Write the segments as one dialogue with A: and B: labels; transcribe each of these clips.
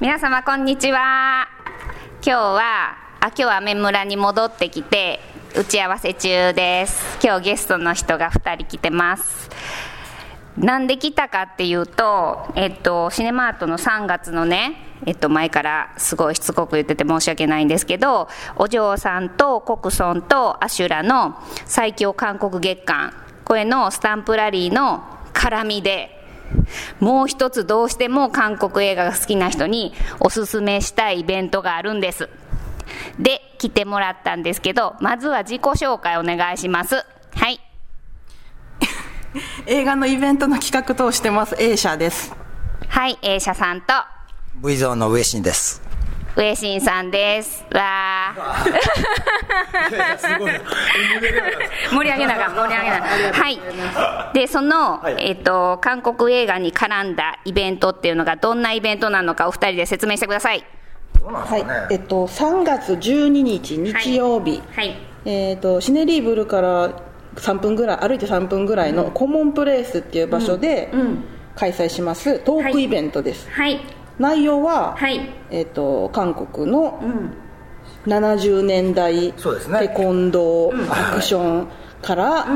A: 皆様こんにちは今日はあ今日は雨村に戻ってきて打ち合わせ中です今日ゲストの人が2人来てますなんで来たかっていうと、えっと、シネマートの3月のね、えっと、前からすごいしつこく言ってて申し訳ないんですけど、お嬢さんとコクソンとアシュラの最強韓国月間、これのスタンプラリーの絡みで、もう一つどうしても韓国映画が好きな人におすすめしたいイベントがあるんです。で、来てもらったんですけど、まずは自己紹介お願いします。はい。
B: 映画のイベントの企画通してます A 社です
A: はい A 社さんと
C: V ゾーンの上新です
A: 上新さんですわあ 盛り上げなが盛り上げなはいでその、はい、えっ、ー、と韓国映画に絡んだイベントっていうのがどんなイベントなのかお二人で説明してください、
B: ね、はいえっと3月12日日曜日、はい、はい、えっ、ー、とシネリーブルから3分ぐらい歩いて3分ぐらいのコモンプレイスっていう場所で開催しますトークイベントです、
A: はい、はい、
B: 内容は、はいえーと、と韓国の70年代テコンドー、ね、アクションから、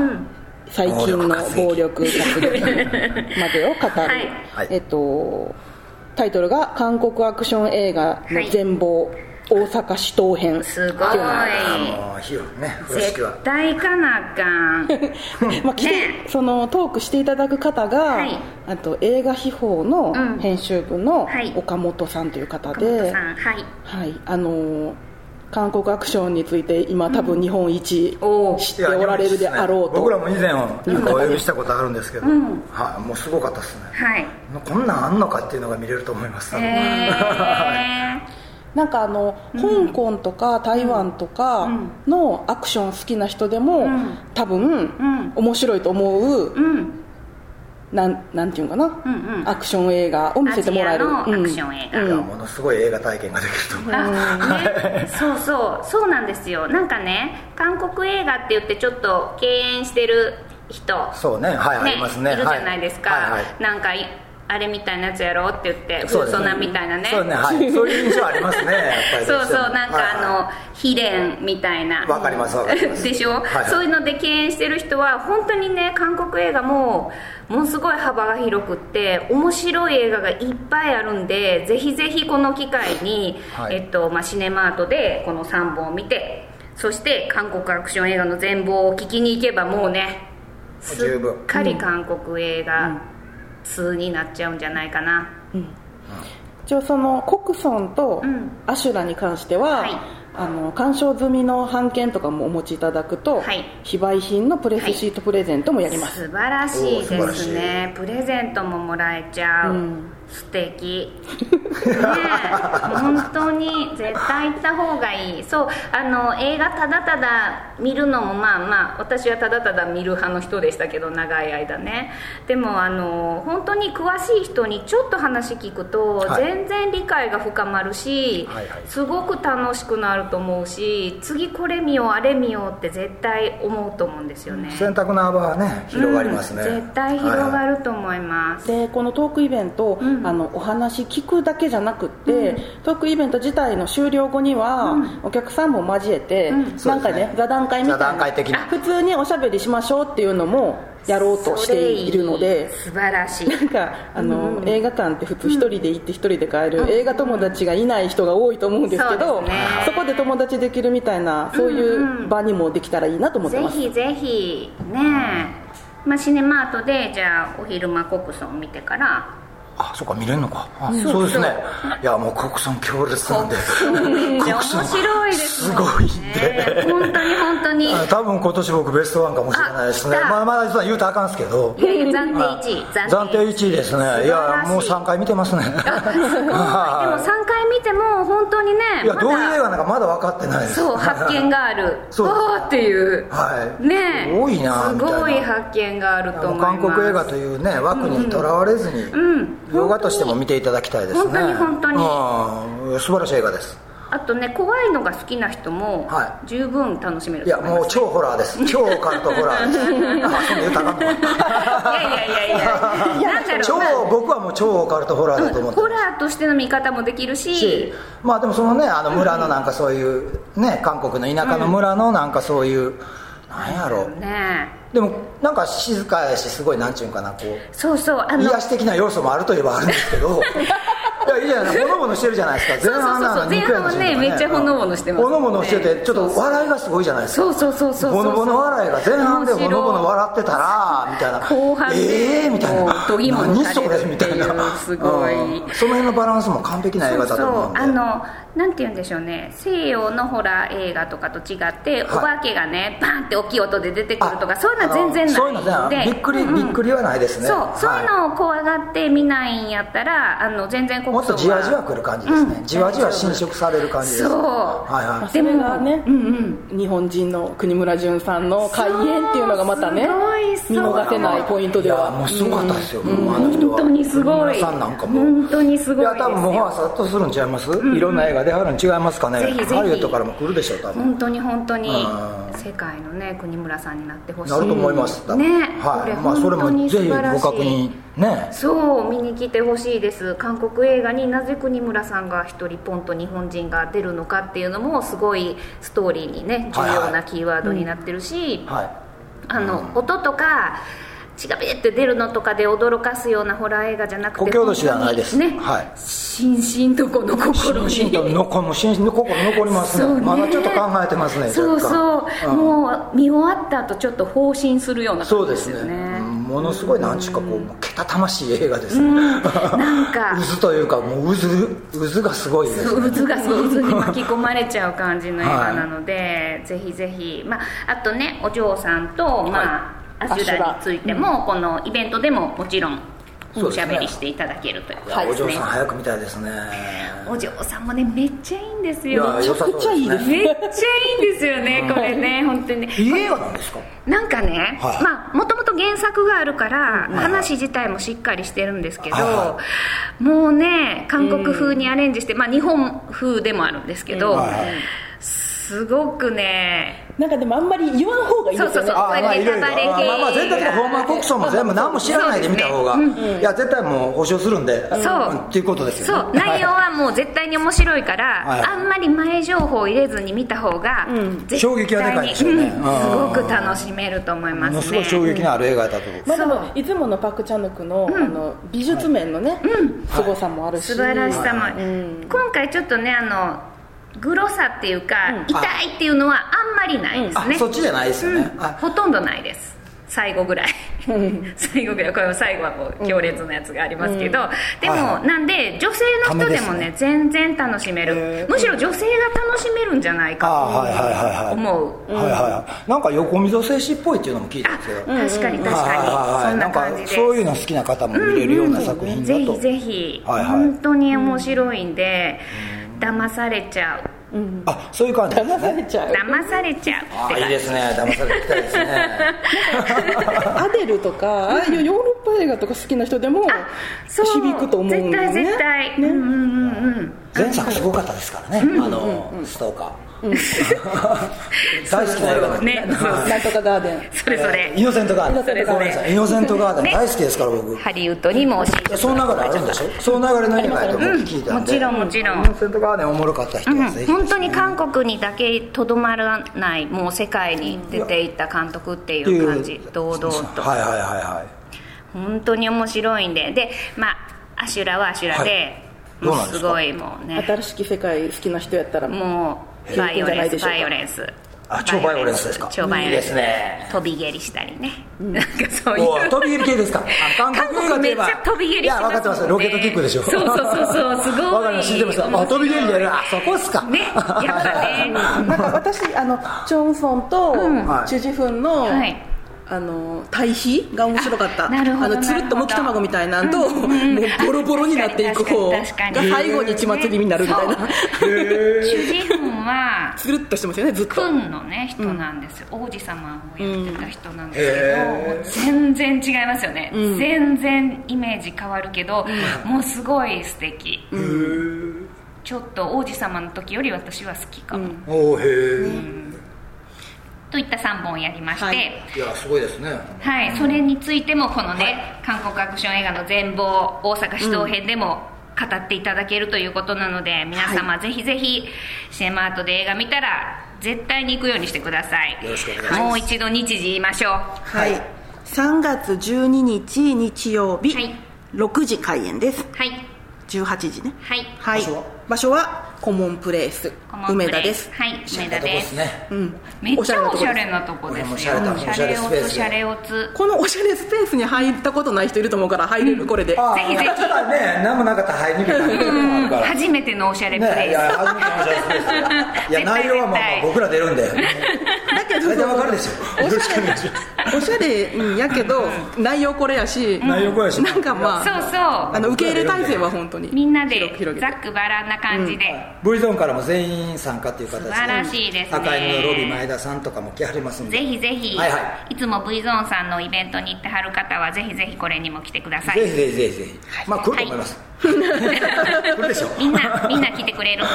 B: 最近の暴力活動までを語る、はい、えっ、ー、とタイトルが「韓国アクション映画の全貌」大阪市東編
A: すごい絶対行かなあかん
B: まあ来て、ね、そのトークしていただく方が、はい、あと映画秘宝の編集部の岡本さんという方で、うんはい、、
A: はい
B: あのー、韓国アクションについて今多分日本一、うん、知っておられるであろうと、ね、
C: 僕らも以前お呼びしたことあるんですけど、うん、はもうすごかったですね、
A: はい、
C: こんなんあんのかっていうのが見れると思います、
A: え
B: ーなんかあの、うん、香港とか台湾とかのアクション好きな人でも、うん、多分、うん、面白いと思う、うん、なんなんていうかな、うんうん、アクション映画を見せてもらえる
A: アクション映画、
C: ものすごい映画体験ができると思い
A: ます、ね、そうそうそうなんですよなんかね韓国映画って言ってちょっと敬遠してる人
C: そうねはい、ね、ありますね
A: いるじゃないですか、はいはいはい、なんかあれみたいなやつやろうって言ってそう、ね、そなみたいなね
C: そうね、はい、そういう印象ありますねやっぱり
A: そうそうなんかあの、はいはい、秘伝みたいな
C: わかりますわかりま す
A: でしょ、はいはい、そういうので敬遠してる人は本当にね韓国映画もものすごい幅が広くって面白い映画がいっぱいあるんでぜひぜひこの機会に、はい、えっとまあ、シネマートでこの3本を見てそして韓国アクション映画の全貌を聞きに行けばもうねすっかり韓国映画、うんうん通になっちゃうんじゃないかな、うん、
B: 一応そのコクソンとアシュラに関しては、うんはい、あの鑑賞済みの版権とかもお持ちいただくと、はい、非売品のプレスシートプレゼントもやります、
A: はい、素晴らしいですねプレゼントももらえちゃう、うん、素 敵ね本当に絶対行った方がいいそうあの映画ただただ見るのもまあまあ私はただただ見る派の人でしたけど長い間ねでもあの本当に詳しい人にちょっと話聞くと、はい、全然理解が深まるし、はいはい、すごく楽しくなると思うし次これ見ようあれ見ようって絶対思うと思うんですよね
C: 選択の幅はね広がりますね、
A: うん、絶対広がると思います、
B: はいはい、でこのトークイベント、うん、あのお話聞くだけじゃなくて、うん、トークイベント自体の終了後には、うん、お客さんも交えて、うん、なんかね、ね、座談会みたいな
C: 的な
B: 普通におしゃべりしましょうっていうのもやろうとしているので
A: 素晴らしい
B: なんかあの、うん、映画館って普通1人で行って1人で帰る、うん、映画友達がいない人が多いと思うんですけど、ね、そこで友達できるみたいなそういう場にもできたらいいなと思ってます、
A: うんうん、ぜひぜひねまあ、シネマートでじゃあお昼間国葬を見てから
C: あ、そうか、見れるのか。うん、そうですね。いや、もう、国産強烈なんで。
A: 面白いです、
C: ね、すごいんで。
A: 本当に、本当に。
C: 多分、今年僕ベストワンかもしれないですね。まあ、まだ実は言うとあかんですけど。
A: いやいや、暫定1位。
C: 暫定1位ですね。いや、もう3回見てますね。すでも、
A: 3回見ても、本当にね。
C: いや、どういう映画なんか、まだ分かってないです。
A: そう、発見があ る。そう。っていう。。
C: はい
A: ね。
C: 多いな。
A: すごい発見があると思い
C: 韓国映画というね、枠にとらわれずに。
A: うん
C: ヨガとしても見ていただきたいです
A: 本
C: ね
A: 当に本当に、
C: 素晴らしい映画です
A: あとね怖いのが好きな人も
C: は
A: 十分楽しめる
C: い
A: と
C: や
A: 思い
C: もう
A: ます、
C: 超ホラー です超オカルトホラーですあそんな言うたらあかん の
A: い、やいやいや いやなんだろう
C: 超
A: まあ
C: 僕はもう超オカルトホラーだと思って
A: ホ
C: ま
A: ラーとしての見方もできる
C: す
A: し
C: しまあでもそのねあの村のなんかそういうね韓国の田舎の村のなんかそういうなんやろう
A: ね
C: でもなんか静かやしすごいなんちゅうんかなこう
A: そうそうあの
C: 癒し的な要素もあるといえばあるんです けどいやいいじゃないですかほのぼのしてるじゃないですか前半な
A: そうそうそう
C: のに肉やの
A: 前半はねめっちゃほのぼのしてます
C: ほのぼのしててちょっと笑いがすごいじゃないですか
A: そうそうそうそうそう
C: ボノボノ笑いが前半でボノボノ笑ってたらみたいな
A: 後半で
C: ええみたい
A: もう
C: な
A: 度肝抜
C: 何
A: か
C: そ
A: れる
C: れみたい
A: っていう
C: な
A: すごい
C: うんその辺のバランスも完璧な映
A: そう
C: 画
A: そ
C: だと思う
A: うん
C: で
A: あのなんて言うんでしょうね西洋のホラー映画とかと違って、
C: はい
A: お化けがねバンって大きい音で出てくるとか
C: あ
A: そういうのは全然
C: あのそういう
A: な
C: の
A: いん
C: ね
A: で
C: びっくり
A: うんうん
C: びっくりはないですね
A: そう、
C: はい
A: そういうのを怖がって見ないんやったらあの全然国葬
C: も
A: は
C: っとじわじわ来る感じですね、
A: うん
C: じわじわ侵食される感じです
A: そう
C: はい
B: まあ
C: は
B: それがね
A: うんうん
B: 日本人の国村淳さんの開演っていうのがまたね
A: そう
B: 見
A: すごいそう
B: 逃せないポイント
C: いい
B: で
C: や
B: は
C: もうすごかったですよ、もうあの人
A: 本
C: は
A: 当にすごい
C: 皆さんなんかもう
A: 本当にすごい
C: い
A: で
C: や
A: す
C: 多分もう
A: よ
C: さっとするんちゃいます、いろんな映画であるん違いますかね
A: ぜひぜひ
C: ハリウッドからも来るでしょう多分
A: 本当に本当に
C: うん
A: 世界のね国村さんになってほしい
C: なると思います、多分
A: ね
C: は
A: こ
C: い
A: れ
C: まあそれ
A: 本当
C: も
A: に
C: ぜ
A: 素
C: ひ
A: 晴らしい
C: ご確認ね
A: そう見に来てほしいです韓国映画になぜ国村さんが一人ポンと日本人が出るのかっていうのもすごいストーリーにね重
C: はいはい
A: 要なキーワードになってるし、
C: はい
A: あの音とか血がべって出るのとかで驚かすようなホラー映画じゃなくて
C: 故郷土ではないです、
A: 本当にね、
C: はい
A: 心身とこの心に
C: 心身と残もう心身の心残ります
A: そう
C: ね
A: ね
C: まだちょっと考えてますね
A: そうそ
C: 若
A: う、
C: 干ん
A: もう見終わった後ちょっと放心するような
C: そ
A: 感
C: う
A: じ
C: で
A: ですよ
C: すね
A: ね
C: うんものすごいなんちゅうかこうけたたましい映画ですね、
A: なんか
C: 渦というかもう渦渦がすごいですね
A: 渦がそう渦に巻き込まれちゃう感じの映画なので、ぜひぜひ、まあ、あとねお嬢さんと、まあ
B: い
A: アシュラについても、このイベントでももちろん
C: そう
A: お
C: です
A: し
C: ね
A: ゃべりしていただけるという
C: い
A: こ
C: や
A: と
C: お
A: です
C: 嬢
A: ね
C: さん早く見たいですね
A: お嬢さんもねめっちゃいいんです
C: い
A: よ
C: や良さそう
B: めちゃくちゃいいです
A: めっちゃいいんですよねこれね本当にね
C: いい映画なんですか
A: なんかね、
C: はい
A: まあもともと原作があるから、
C: い
A: 話自体もしっかりしてるんですけど、
C: は
A: もうね韓国風にアレンジして、まあ日本風でもあるんですけど、
C: はいはい
A: すごくね
B: なんかでもあんまり言わん方がいいですよね
A: そうそうそう
C: まあいろいろ
A: ネタバレ系
C: まあまあ全体的にホーマー国葬も全部何も知らないで見た方が、
A: そう
C: いや絶対もう保証するんで
A: そうん
C: っていうことです
A: そ
C: よね
A: う内容はもう絶対に面白いから、
C: はい
A: あんまり前情報を入れずに見た方が、絶対に
C: 衝撃はでかいですよ
A: うん
C: ねうん
A: すごく楽しめると思い
C: は
A: ま
C: い
A: す
C: も
A: ね
C: のすごい衝撃のある映画だと思う
B: まあ、でもいつものパク・チャヌクの,、あの美術面のね、すごさもあるし、
A: 素晴らしさも、
B: うん
A: 今回ちょっとねあのグロさっていうか、
B: うん
A: 痛いっていうのはあんまりないですね、
C: あそっちじゃないですよね、
A: うん
C: あ
A: ほとんどないです最後ぐらい最後ぐらいこれも最後はもう強烈なやつがありますけど、でも、
C: はいは
A: なんで女性の人でも
C: ため
A: ね
C: で
A: 全然楽しめ
C: へ
A: る
C: ー
A: むしろ女性が楽しめるんじゃない
C: あ
A: か
C: はいはいはい
A: と
C: はい
A: 思う、
C: はいはいはいなんか横溝静止っぽいっていうのも聞いたん
A: あ
C: ですけど、
A: 確かに確
C: はいはい
A: かに
C: はい
A: そんな感じ
C: ん
A: で
C: かそういうの好きな方も見れるような作品だ
A: ぜ
C: と、
A: ひぜひ、
C: はいはい
A: 本当に面白いんで、騙されちゃう
C: あそういう感じです
B: 騙さ
C: ね
B: れちゃう
A: 騙されちゃう
C: あいいですね騙されてきたいですね
B: アデルとかああいうヨーロッパ映画とか好きな人でも響くと思うんだよね
A: 絶対絶対、
B: ね
A: うんうんうんうん
C: 前作すごかったですからね、あの、ストーカー、 大好きな映画なんで
A: ねそう
B: なんとかガーデン
A: それそれ
C: イノセントガー
A: そ
C: デ
A: れ
C: ン
A: それ
C: ごめんなさいイノセントガーデ
A: ね
C: ン大好きですから僕
A: ハリウッドにも教えて
C: その流れあるんでしょその流れの映画やと僕聞いたんで、
A: うんもちろんもちろん
C: イノセントガーデンおもろかった人はぜひ、
A: 本当に韓国にだけとどまらないもう世界に出ていった監督っていう感じ堂々と
C: はいはいはいはい
A: 本当に面白いんででまあアシュラはアシュラで、
C: はい
A: も
C: ど
A: う
C: うなんですすか
A: ごいもうね
B: 新しき世界好きな人やったらも
A: もうバイオレンス
B: いいんじゃ
A: バイオ
B: な
A: レンス
C: あ超バイオレンスですか
A: 超バイオレンス
C: いいですね
A: 飛び蹴りしたりね、なんかそういう
C: おい飛び蹴り系ですかあ
A: 韓国
C: 映画と
A: め
C: い
A: っ
C: え
A: ち
C: ば
A: ゃ飛び蹴りし
C: いや分かってますロケットキックでしょ
A: そうそうそうそうすごい
C: 分かります知ってますあ飛び蹴りやるあそこっすか
A: ねやっぱね
B: うなんか私あのチョンソンと
C: はい
B: チュジフンの、
A: はい
B: あの対比が面白かった
A: あ なるほど
B: あのつるっとむき卵みたいなんと、
A: なるほどうんうんうん
B: もうボロボロになっていく方が
A: 確かに確かに
B: 最後に血祭りになるみたい
A: そう
B: な
A: 主人公は
B: つるっとしてますよねずっと
A: 君のね人なんですよ、王子様をやってた人なんですけど、
C: へー
A: もう全然違いますよね、全然イメージ変わるけど、もうすごい素敵、ちょっと王子様の時より私は好きかも、
B: うん
C: おおへえ、
A: といった3本やりまして、
B: は
A: はいい
C: いやすごいですね
A: それについてもこのね、韓国アクション映画の全貌大阪市東編でも語っていただけるということなので、皆様ぜひぜひシネマアートで映画見たら絶対に行くようにしてください
C: よろしくお願いします
A: もう一度日時言いましょう
B: はい、3月12日日曜日、
A: はい
B: 6時開演です
A: はい
B: 18時ね
A: はい
B: はい
C: 場所は
B: 場所はコモンプレイス
A: コモン
B: 梅
A: プレイ
B: 田です
A: はい梅田
C: とこ
A: で
C: ですすね
B: うん
A: めっちゃおしゃれ
B: おしゃれなとこ
A: なとこですよ
C: おしゃれなとこ
A: シ
C: おし
A: ャ
C: ゃれ
A: レ
C: な
A: オ
C: とこ
A: ツシャレオツ
B: このおしゃれスペースに入ったことない人いると思うから入れる、これで
C: あ
A: ぜひぜひ
C: あただね何もなかったら入りにくい感じでもあるからね
A: 初めてのおしゃれプレ
C: い
A: イス
C: や初めての話ですいや
A: 絶対
C: 内容はまあま
A: 絶対
C: あ僕ら出る んで
B: だけど
C: 大体わかるでしょよろしくお願いします
B: おしゃれうんやけど、内容これやし
C: 内容これやし
B: なんかまあ
A: そうそう
B: あの受け入れ体制は本当に
A: みんなで
B: 広く広げ
A: ざ
B: て
A: っくばらんな感じで、
C: V ゾーンからも全員参加っていう形で
A: 素晴らしいですね
C: 赤いのロビー前田さんとかも来はりますんで
A: ぜひぜひ、
C: はい
A: い
C: は
A: つも V ゾーンさんのイベントに行ってはる方はぜひぜひこれにも来てください
C: ぜひぜひぜひぜひまあ来ると思います、 来るでしょ
A: みんなみんな来てくれるはい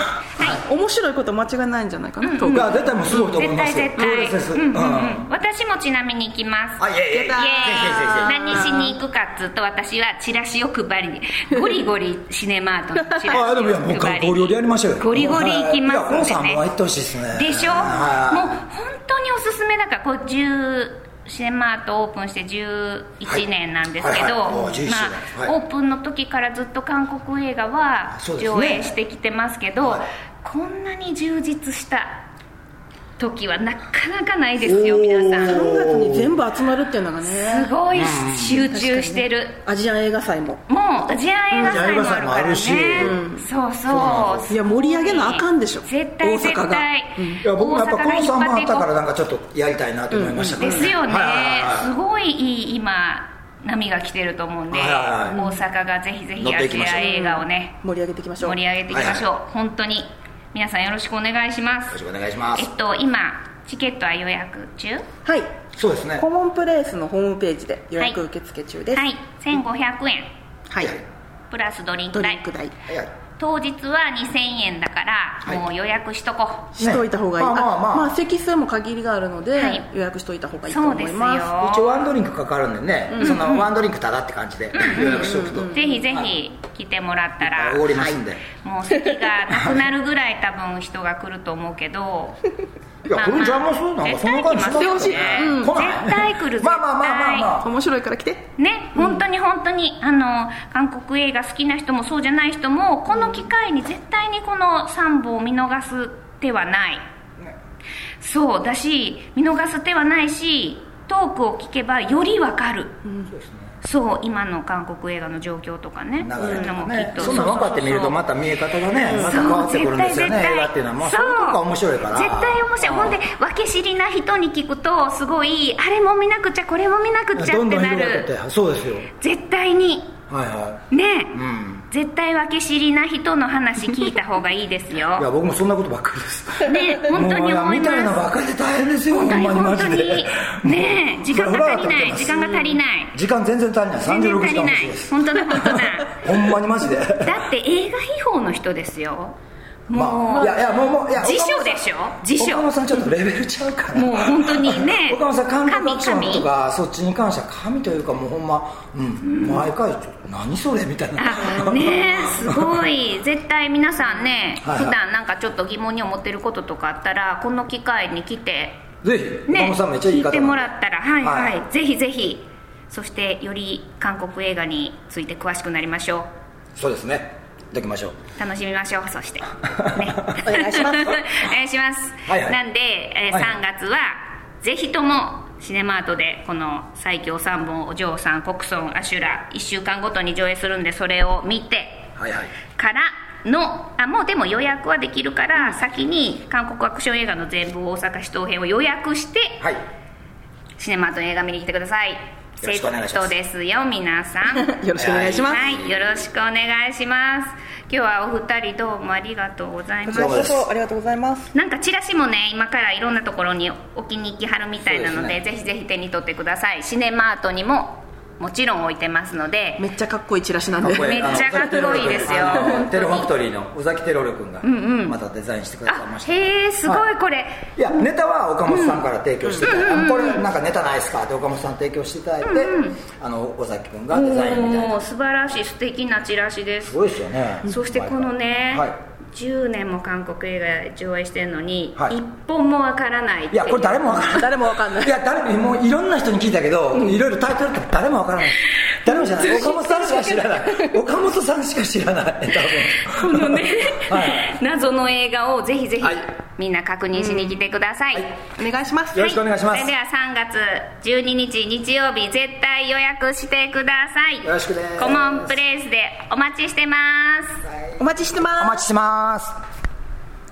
B: 面白いこと間違いないんじゃないかな、
A: うん
B: トーク
C: が出ても すごいと思い
A: 絶
C: ま
A: 対
C: すよ
A: 絶対
C: そうです
A: うんうんうん
C: あ
A: 私もちなみに行きます
C: いえいえいえぜひぜひぜひ
A: イエーイ何しに行くかっつうと私はチラシを配り にゴリゴリシネマートのチラシを配りに
C: ああでもいやもう観光料でやりましょうよ
A: ゴリゴリ行きます
C: はいいやこのさん
A: んでね
C: もう行ってほしいですね
A: でしょもう
C: は
A: 本当におすすめだからこう10シネマートオープンして11年なんですけど、
C: はいはいはいおー11周年
A: まあ
C: はい
A: オープンの時からずっと韓国映画は
C: そうですね
A: 上映してきてますけど
C: はい
A: こんなに充実した時はなかなかないですよ
C: おー
A: 皆さん
B: 3月に全部集まるっていうのがね
A: すごい集中してる、
B: アジアン映画祭も
A: もうアジア映画祭もあるからね
C: アジア映画祭も
A: そうそう
B: いや盛り上げなあかんでしょ
A: 絶対絶
B: 大阪が
A: 対
C: いいや僕もやっぱこのさんもあったから
A: だ
C: なんかちょっとやりたいなと思いましたけど
A: ですよね、
C: はいはい
A: す
C: は
A: ごいいい今波が来てると思うんで、
C: はいはいは
A: 大阪がぜひぜ
C: 乗
A: ひ
C: っ
A: ア
C: ていき
A: ジ
C: ましょう
A: ア映画をね
B: 盛り上げていきましょう
A: 盛り上げていきましょう、本当に皆さんよろしくお願いしま
C: いよろし
A: す
C: くお願いしま
A: えっ
C: す
A: と今チケットは予約中
B: はい
C: そうですね
B: コモンプレイスのホームページで予約受付中です
A: はい1500円
B: はい、
A: プラスドリン
B: ド
A: ク
B: リ
A: 代
B: ンク代
C: いや
A: 当日は2000円だから、
C: い
A: もう予約しとこう
B: しといた方がいい、
C: まあまあまあ
B: まあ席数も限りがあるので、
A: はい
B: 予約しといた方がいいと思いま
C: 一応ワンドリンクかかるんでねそのワンドリンクただって感じで予約しておくと
A: ぜひぜひ来てもらったら
C: おごりますんで
A: もう席がなくなるぐらい多分人が来ると思うけど
C: いや、これ邪魔するなんかそんな感じしますよ
B: 絶対来ますようん
C: 来ない
A: 絶対来る
C: まあまあまあまあまあ
B: す面白いから来て
A: ね本当に本当にあの韓国映画好きな人もそうじゃない人もこの機会に絶対にこの3本を見逃す手はない、そうだし見逃す手はないしトークを聞けばよりわかる、そう今の韓国映画の状況とかね
C: 流れと
A: そういうの
C: か
A: もきっ
C: ね、
A: と
C: そんなん分かってみるとまた見え方がね、また変わってくるんですよね映画っていうのはまあそういうとこが面白いから
A: 絶対面白いほんで分け知りな人に聞くとすごいあれも見なくちゃこれも見なくちゃ
C: ど
A: っ
C: ん
A: て
C: どん
A: な
C: 広がって
A: る
C: ってそうですよ
A: 絶対に
C: はいは
A: ね
C: いうん
A: 絶対分け知りな人の話聞いた方がいいです
C: いや
A: よ
C: 僕もそんなことばっかりです
A: ね本当に
C: もう
A: 思い
C: みたいな
A: ま
C: ばっかりで大変ですよ
A: す本当に
C: ほんま
A: 本
C: マ
A: 当
C: ジ
A: に
C: で
A: ねえ時間が足りない
C: もう
A: 時間が足りない
C: 時間全然足りない
A: 全然足
C: 36時
A: り
C: 間
A: な
C: 欲しい
A: い
C: です
A: 本当だ本当だ
C: ほんまにマジで
A: だって映画秘宝の人ですよ
C: まあいやいやもうもういや
A: 辞書でしょ辞書
C: 岡本さんちょっとレベルちゃうから
A: もう本当に ね
C: 岡本さん韓国アクション
A: 神
C: と
A: 々
C: かそっちに関しては神というかもうほんま、うん、毎回ちょっと何それみたいな
A: あねえすごい絶対皆さんね
C: はいはい
A: 普段なんかちょっと疑問に思ってることとかあったらこの機会に来て
C: ぜひ、岡
A: ね
C: 本さんめっちゃい
A: 聞
C: い
A: い
C: 方
A: てもらったらはいはい、
C: は
A: ぜひぜひそしてより韓国映画について詳しくなりましょ
C: そうですねいただきましょう
A: う楽しみましょうそして、ね、
B: お願いします
A: お願いします、
C: はいはい
A: なんで、えー
C: はい
A: 3月はぜひともシネマートでこの最強3本お嬢さん国村アシュラ1週間ごとに上映するんでそれを見て
C: はいはい
A: からのあもうでも予約はできるから先に韓国アクション映画の全部大阪市東編を予約して
C: はい
A: シネマートの映画見に来てください
C: よろしくお願いし
A: セ
C: ま
A: ッ
C: す
A: トですよ皆さん
B: よろしくお願いします、
A: はいよろしくお願いします今日はお二人どうもありがとうございます
B: こちらこそありがとうございます
A: なんかチラシもね今からいろんなところに置きに行きはるみたいなので
C: そう
A: ぜ
C: で
A: ひぜひ手に取ってくださいシネマートにももちろん置いてますので
B: めっちゃかっこいいチラシなん で
A: めっちゃかっこいいですよ
C: あのテロファクトリーの宇崎テロル君がまたデザインしてくださいま
A: あ
C: した、
A: へえすごいこれ、
C: いやネタは岡本さんから提供していただいて、あこれなんかネタないですかって岡本さん提供していただいて、あの尾崎君がデザインみた
A: も
C: いな
A: う素晴らしい素敵なチラシです
C: すごいですよね
A: そしてこのね、
C: はい
A: 10年も韓国映画上映してるのに、
C: はい
A: 一本もわからないって
C: いやこれ誰もわからない
B: 誰もわかんない
C: いや誰ももういろんな人に聞いたけど、いろいろタイトルって誰もわからない誰も知らない岡本さんしか知らない岡本さんしか知らない多
A: こ
C: 分
A: のね、
C: はい
A: 謎の映画をぜひぜひ、
C: はい
A: みんな確認しに来てください、
B: お願いします
C: よろしくお願いします
A: それでは3月12日日曜日絶対予約してください
C: よろしくです
A: コモンプレイスでお待ちしてます
B: お待ちしてます
C: お待ちしてます